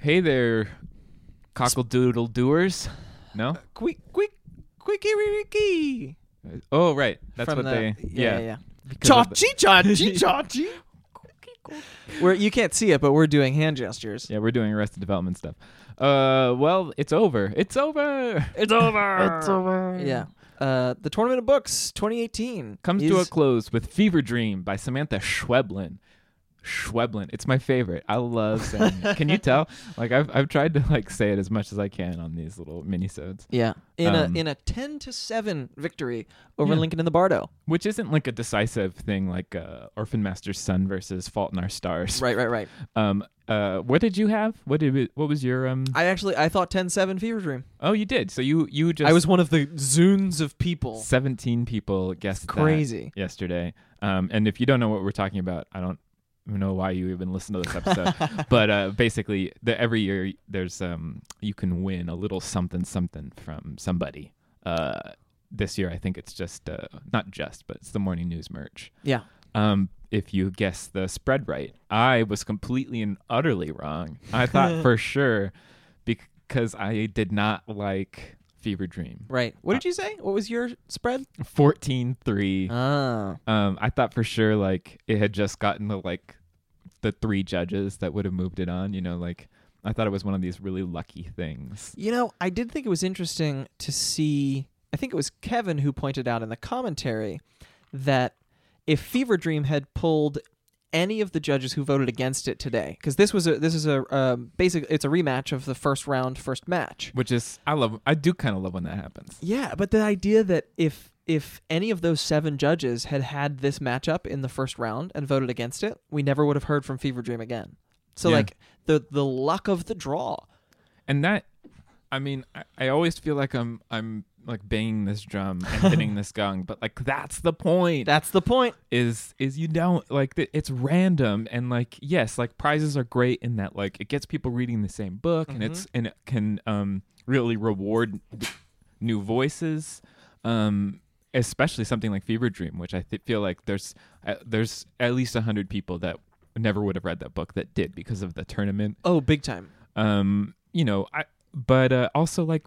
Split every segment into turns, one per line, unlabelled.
Hey there, cockle doodle doers. No?
Quick, quick, quicky, ricky.
Oh, right. That's what they. Yeah. Because
Cha
of the-
chi, cha chi, cha chi. We're, you can't see it, but we're doing hand gestures.
yeah, we're doing Arrested Development stuff. Uh, well, it's over. It's over. It's over. it's over.
Yeah. Uh, the Tournament of Books 2018
comes
is,
to a close with Fever Dream by Samantha Schweblin. Schweblin. It's my favorite. I love saying it. Can you tell? Like I've I've tried to like say it as much as I can on these little minisodes.
yeah in
Um,
a in a 10 to 7 victory over
Yeah.
Lincoln and the Bardo.
Which isn't like a decisive thing like uh, Orphan Master's Son versus Fault in Our Stars.
Right, right, right.
Um uh what did you have? What did we, what was your um
I actually I thought 10-7 Fever Dream.
Oh you did. So you you just
I was one of the zoons of people.
seventeen people guessed that
Crazy.
yesterday. Um and if you don't know what we're talking about, I don't know why you even listen to this episode. but uh, basically, the, every year there's um, you can win a little something something from somebody. Uh, this year, I think it's just uh, not just, but it's the morning news merch.
Yeah.
Um, if you guess the spread right, I was completely and utterly wrong. I thought for sure because I did not like Fever Dream
Right. What did you say? What was your spread?
14 3.
Ah.
Um, I thought for sure like it had just gotten to like the three judges that would have moved it on. You know, like I thought it was one of these really lucky things.
You know, I did think it was interesting to see. I think it was Kevin who pointed out in the commentary that if Fever Dream had pulled any of the judges who voted against it today, because this was a this is a um, basic it's a rematch of the first round first match.
Which is I love. I do kind of love when that happens.
Yeah, but the idea that if if any of those seven judges had had this matchup in the first round and voted against it, we never would have heard from Fever Dream again. So
Yeah.
like the the luck of the draw.
And that, I mean, I, I always feel like I'm I'm like banging this drum and hitting this gong, but like that's the point.
That's the point.
is is you don't like th- it's random and like yes like prizes are great in that like it gets people reading the same book and it's
Mm-hmm.
and it can um really reward th- new voices um especially something like fever dream which i th- feel like there's uh, there's at least 100 people that never would have read that book that did because of the tournament
Oh, big time.
um you know i but uh, also like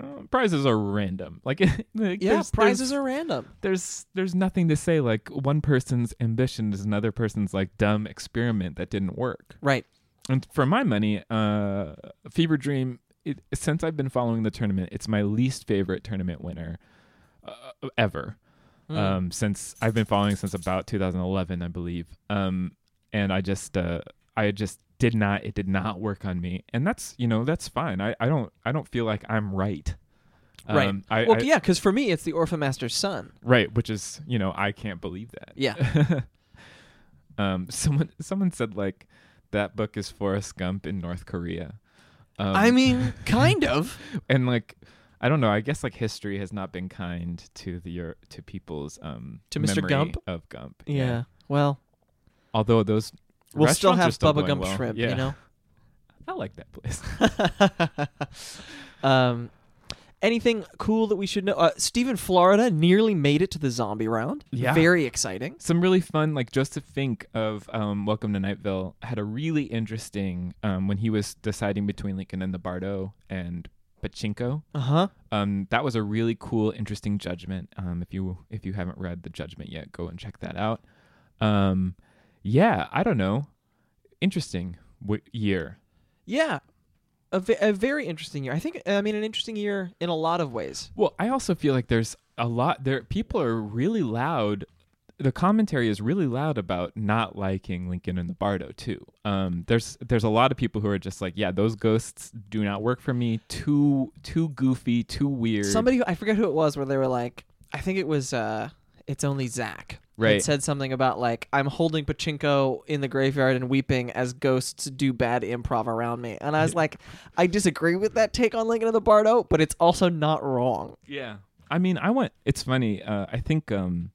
uh, prizes are random like, like
Yeah,
there's-
prizes
there's-
are random.
there's there's nothing to say like one person's ambition is another person's like dumb experiment that didn't work.
Right.
And for my money, uh, Fever Dream. It, since I've been following the tournament, it's my least favorite tournament winner uh, ever.
Hmm.
Um, since I've been following since about 2011, I believe. Um, and I just uh, I just did not it did not work on me, and that's you know that's fine. I, I don't I don't feel like I'm right.
Right.
Um, I,
well,
I-
yeah, because for me, it's the Orphan Master's son.
Right, which is you know I can't believe that.
Yeah.
um, someone someone said like that book is Forrest Gump in North Korea. Um,
I mean, kind of.
and like I don't know. I guess like history has not been kind to the your to people's um
To Mr.
memory
Gump?
of Gump.
Yeah. Well,
Although those
we'll still
restaurants are
have Bubba
going
Gump
well.
shrimp,
Yeah.
you know?
I like that place.
um, anything cool that we should know? Uh, Stephen Florida nearly made it to the zombie round.
Yeah.
Very exciting.
some really fun like joseph fink of um, welcome to nightville had a really interesting um, when he was deciding between lincoln and the bardo and pachinko
Uh huh.
um, that was a really cool interesting judgment um, if you if you haven't read the judgment yet go and check that out um, yeah i don't know interesting w- year
Yeah. A, ve- a very interesting year. I think, I mean, an interesting year in a lot of ways.
Well, I also feel like there's a lot there. People are really loud. The commentary is really loud about not liking Lincoln and the Bardo too. Um, there's there's a lot of people who are just like, yeah, those ghosts do not work for me. Too too goofy, too weird.
Somebody, I forget who it was, where they were like, I think it was, uh, it's only Zach.
Right.
It said something about like I'm holding pachinko in the graveyard and weeping as ghosts do bad improv around me, and I was like, I disagree with that take on Lincoln of the Bardo, but it's also not wrong.
yeah. I mean, I want. It's funny. Uh, I think um,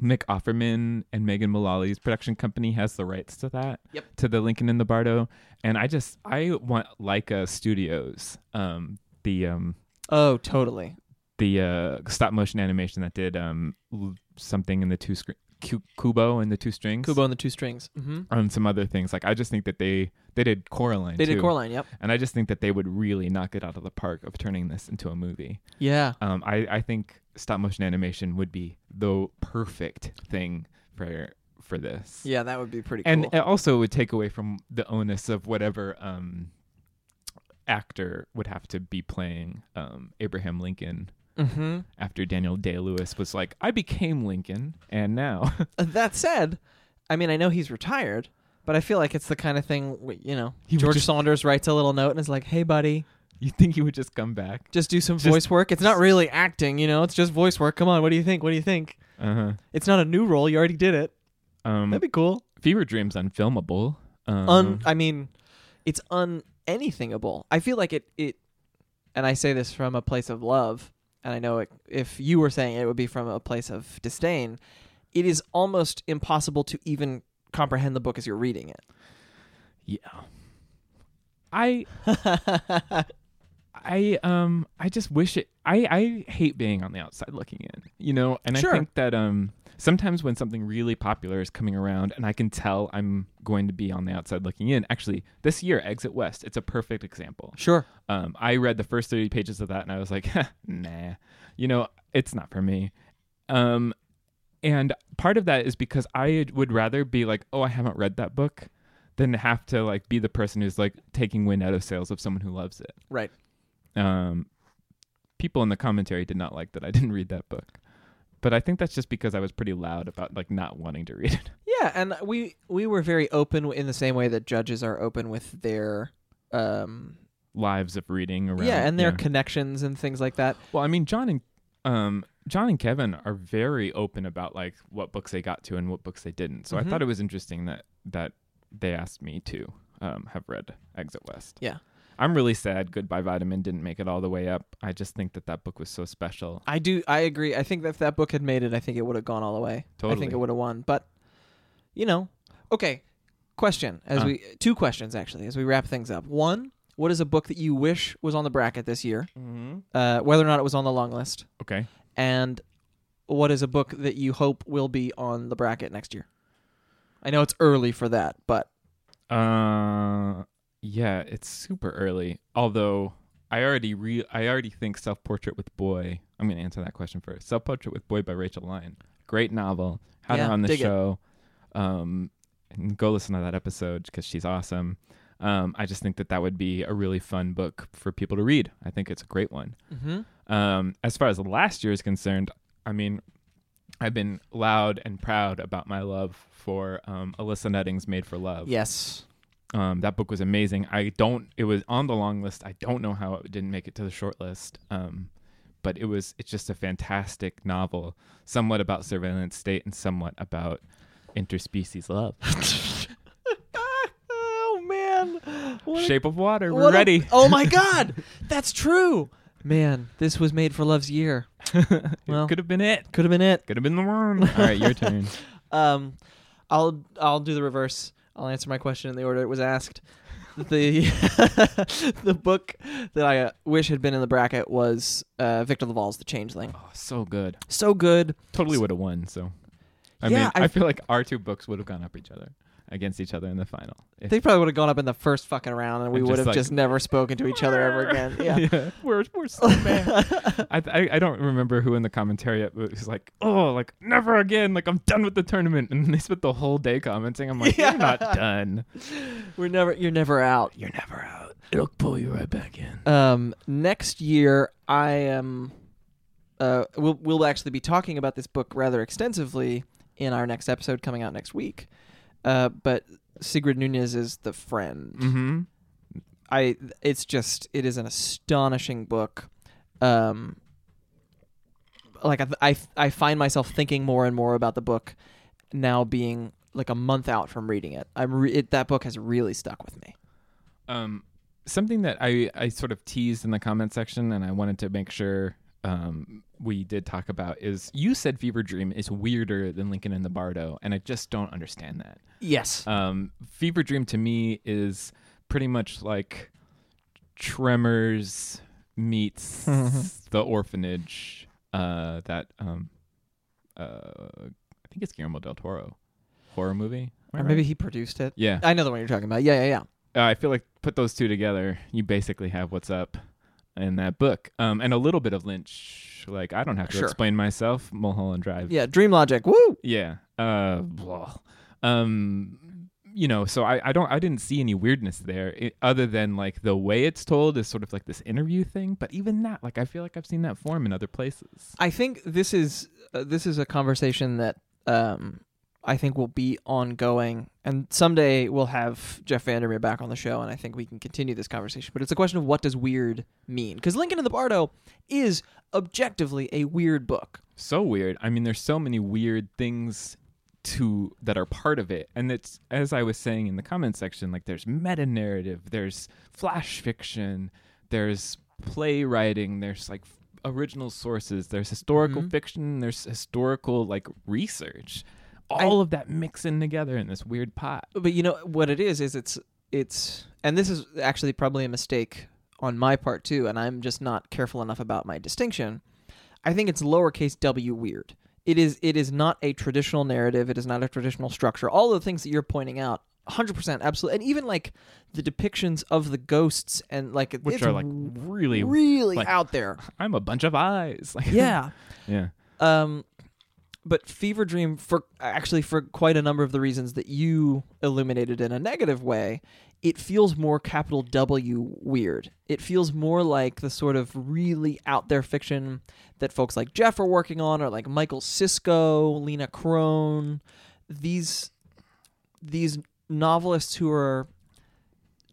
Mick Offerman and Megan Mullally's production company has the rights to that.
Yep.
To the Lincoln and the Bardo, and I just I want Leica Studios, um, the um,
Oh, totally.
the uh, stop motion animation that did um, l- something in the two screen Kubo and the two strings
Kubo and the Two Strings. Mm-hmm.
and some other things. Like I just think that they they did Coraline.
They did
too.
Coraline. Yep.
and I just think that they would really knock it out of the park of turning this into a movie.
Yeah.
Um, I I think stop motion animation would be the perfect thing for for this.
Yeah, that would be pretty
and
cool.
it also would take away from the onus of whatever um, actor would have to be playing um, Abraham Lincoln
mm-hmm.
after Daniel Day Lewis was like, I became Lincoln, and now.
That said, I mean, I know he's retired, but I feel like it's the kind of thing w- you know.
He would
George
just-
Saunders writes a little note and is like, "Hey, buddy,
you think he would just come back?
just do some
Just-
voice work. It's not really acting, you know. It's just voice work. Come on, what do you think? What do you think?
Uh
It's not a new role. You already did it.
huh. Um,
That'd be cool.
Fever Dream's unfilmable. Um,
Un. I mean, it's un anythingable. I feel like it. It, and I say this from a place of love, and I know it, if you were saying it, it would be from a place of disdain. It is almost impossible to even comprehend the book as you're reading it.
yeah. I I um I just wish it. I I hate being on the outside looking in. You know, and
Sure.
I think that um sometimes when something really popular is coming around, and I can tell I'm going to be on the outside looking in. Actually, this year, Exit West, it's a perfect example.
Sure.
Um, I read the first 30 pages of that and I was like, nah, you know, it's not for me. Um, and part of that is because I would rather be like, oh, I haven't read that book than have to like be the person who's like taking wind out of sails of someone who loves it.
Right.
Um, people in the commentary did not like that I didn't read that book. But I think that's just because I was pretty loud about like not wanting to read it.
Yeah, and we we were very open in the same way that judges are open with their um
Lives of reading around.
yeah, and their connections and things like that.
Well, I mean, John and um, John and Kevin are very open about like what books they got to and what books they didn't. So
Mhm.
I thought it was interesting that that they asked me to um, have read Exit West.
Yeah.
I'm really sad. Goodbye Vitamin didn't make it all the way up. I just think that that book was so special.
I do I agree. I think that if that book had made it, I think it would have gone all the way. I
Totally.
think it would have won, but you know. Okay. Question as
Uh.
we two questions actually as we wrap things up. One, what is a book that you wish was on the bracket this year?
Mm-hmm.
Uh whether or not it was on the long list.
Okay.
And what is a book that you hope will be on the bracket next year? I know it's early for that, but
Uh, yeah, it's super early. Although I already re I already think Self Portrait with Boy. I'm gonna answer that question first. Self Portrait with Boy by Rachel Lyon. Great novel. Had
Yeah,
her on the
dig it.
show. Um, and go listen to that episode because she's awesome. Um, I just think that that would be a really fun book for people to read. I think it's a great one.
Mm-hmm.
Um, as far as last year is concerned, I mean, I've been loud and proud about my love for um, Alyssa Nutting's Made for Love.
Yes.
Um, that book was amazing. I don't. It was on the long list. I don't know how it didn't make it to the short list. Um, but it was. It's just a fantastic novel, somewhat about surveillance state and somewhat about interspecies love.
oh man. What a-
Shape of Water. We're
what a-
ready.
oh my god. That's true. Man, this was made for love's year. well.
it could have been it.
Could have been it.
Could have been the one. All right, your turn.
Um I'll I'll do the reverse. I'll answer my question in the order it was asked. the the book that I uh, wish had been in the bracket was uh, Victor Laval's The Changeling.
Oh, so good.
So good.
Totally would have won. So, I
Yeah,
mean,
I-
I feel like our two books would have gone up each other against each other in the final. If-
They probably would have gone up in the first fucking round, and we
And
would
just
have
like-
just never spoken to each other ever again. Yeah.
we're we're so bad. I, I I don't remember who in the commentary it was like, oh, like never again. Like I'm done with the tournament, and they spent the whole day commenting. I'm like,
Yeah.
you're not done.
We're never. You're never out.
You're never out. It'll pull you right back in.
Um, next year, I am. Uh, we'll we'll actually be talking about this book rather extensively in our next episode coming out next week. Uh, but Sigrid Nunez is the friend.
Mm-hmm.
I it's just it is an astonishing book. Um like I I, I find myself thinking more and more about the book now being like a month out from reading it. I'm re- it, that book has really stuck with me.
Um, something that I, I sort of teased in the comment section, and I wanted to make sure um, we did talk about is you said Fever Dream is weirder than Lincoln and the Bardo, and I just don't understand that.
Yes.
Um, Fever Dream to me is pretty much like Tremors meets The Orphanage. Uh, that um, uh, I think it's Guillermo del Toro horror movie. Am I
Or
right?
Uh, maybe he produced it.
yeah.
I know the one you're talking about. Yeah, yeah, yeah.
uh, I feel like put those two together, you basically have what's up in that book, um, and a little bit of Lynch. Like I don't have to
Sure.
explain myself. Mulholland Drive.
Yeah, Dream Logic. Woo.
Yeah. Uh, blah. Um, you know, so I, I don't I didn't see any weirdness there, i other than like the way it's told is sort of like this interview thing. But even that, like I feel like I've seen that form in other places.
I think this is uh, this is a conversation that um, I think will be ongoing, and someday we'll have Jeff Vandermeer back on the show, and I think we can continue this conversation. But it's a question of what does weird mean? Because Lincoln and the Bardo is objectively a weird book.
so weird. I mean, there's so many weird things to that are part of it, and it's as I was saying in the comment section. Like, there's meta narrative, there's flash fiction, there's playwriting, there's like f- original sources, there's historical
Mhm.
fiction, there's historical like research. All of that mixing together in this weird pot.
But you know what it is is it's it's and this is actually probably a mistake on my part too, and I'm just not careful enough about my distinction. I think it's lowercase w weird. It is it is not a traditional narrative. It is not a traditional structure. All the things that you're pointing out, 100% absolutely, and even like the depictions of the ghosts and like
Which
it's
are like
w-
really,
really
like-
out there.
I'm a bunch of eyes. Like,
Yeah.
yeah.
Um, but Fever Dream, for actually for quite a number of the reasons that you illuminated in a negative way, it feels more capital W weird. It feels more like the sort of really out there fiction that folks like Jeff are working on, or like Michael Cisco, Lena Crone, these these novelists who are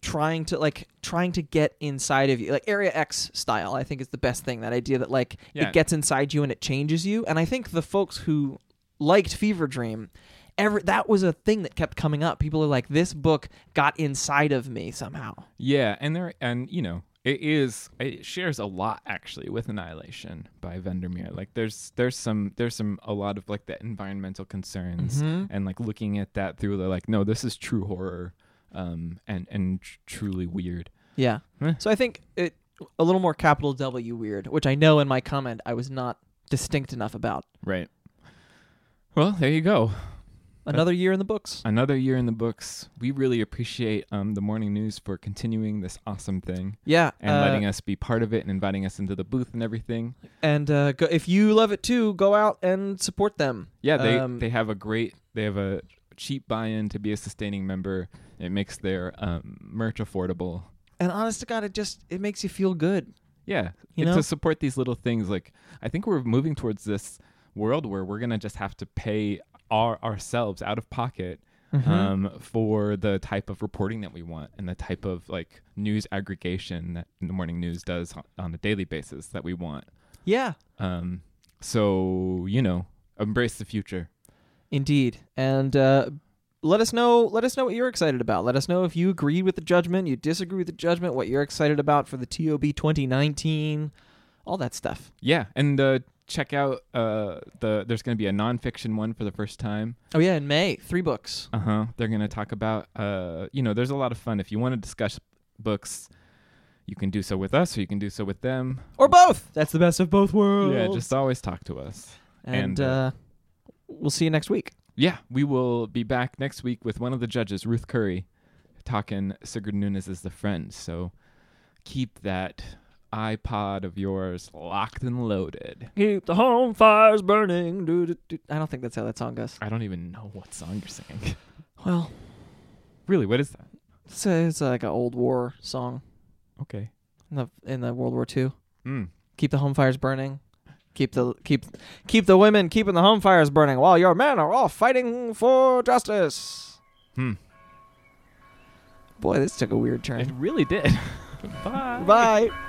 trying to like trying to get inside of you like area x style i think is the best thing that idea that like
Yeah.
it gets inside you and it changes you and i think the folks who liked fever dream ever that was a thing that kept coming up people are like this book got inside of me somehow
Yeah, and there and you know it is it shares a lot actually with Annihilation by Vandermeer. Like there's there's some there's some a lot of like the environmental concerns and like looking at that through the like no this is true horror um and and tr- truly weird.
yeah
Eh.
so i think it a little more capital w weird which i know in my comment i was not distinct enough about
Right. Well, there you go.
another year in the books
Another year in the books. We really appreciate um, the morning news for continuing this awesome thing
yeah
and
uh,
letting us be part of it and inviting us into the booth and everything.
and uh, go, if you love it too go out and support them
Yeah, they
Um,
they have a great they have a cheap buy-in to be a sustaining member. It makes their um, merch affordable.
and honest to god it just it makes you feel good
Yeah,
You
and
know?
to support these little things, like I think we're moving towards this world where we're gonna just have to pay our ourselves out of pocket
Mm-hmm. uh,
um, for the type of reporting that we want and the type of like news aggregation that the morning news does on- on a daily basis that we want.
yeah
Um, so you know, embrace the future.
Indeed, and uh, let us know. Let us know what you're excited about. Let us know if you agreed with the judgment, you disagree with the judgment, what you're excited about for the TOB 2019, all that stuff.
Yeah, and uh, check out uh, the. There's going to be a nonfiction one for the first time.
Oh yeah, in May, three books.
Uh huh. They're going to talk about. Uh, you know, there's a lot of fun. If you want to discuss books, you can do so with us, or you can do so with them,
Or both. That's the best of both worlds.
Yeah, just always talk to us.
and
and, uh,
uh, we'll see you next week.
Yeah, we will be back next week with one of the judges, Ruth Curry, talking Sigurd Nunes as the friend. So keep that iPod of yours locked and loaded.
Keep the home fires burning. I don't think that's how that song goes.
I don't even know what song you're singing.
Well,
really, what is that?
it's, a, it's like an old war song
Okay.
in the in the World War II.
Mm.
Keep the home fires burning. Keep the keep keep the women keeping the home fires burning while your men are all fighting for justice.
Hmm.
Boy, this took a weird turn.
It really did. Bye.
Bye.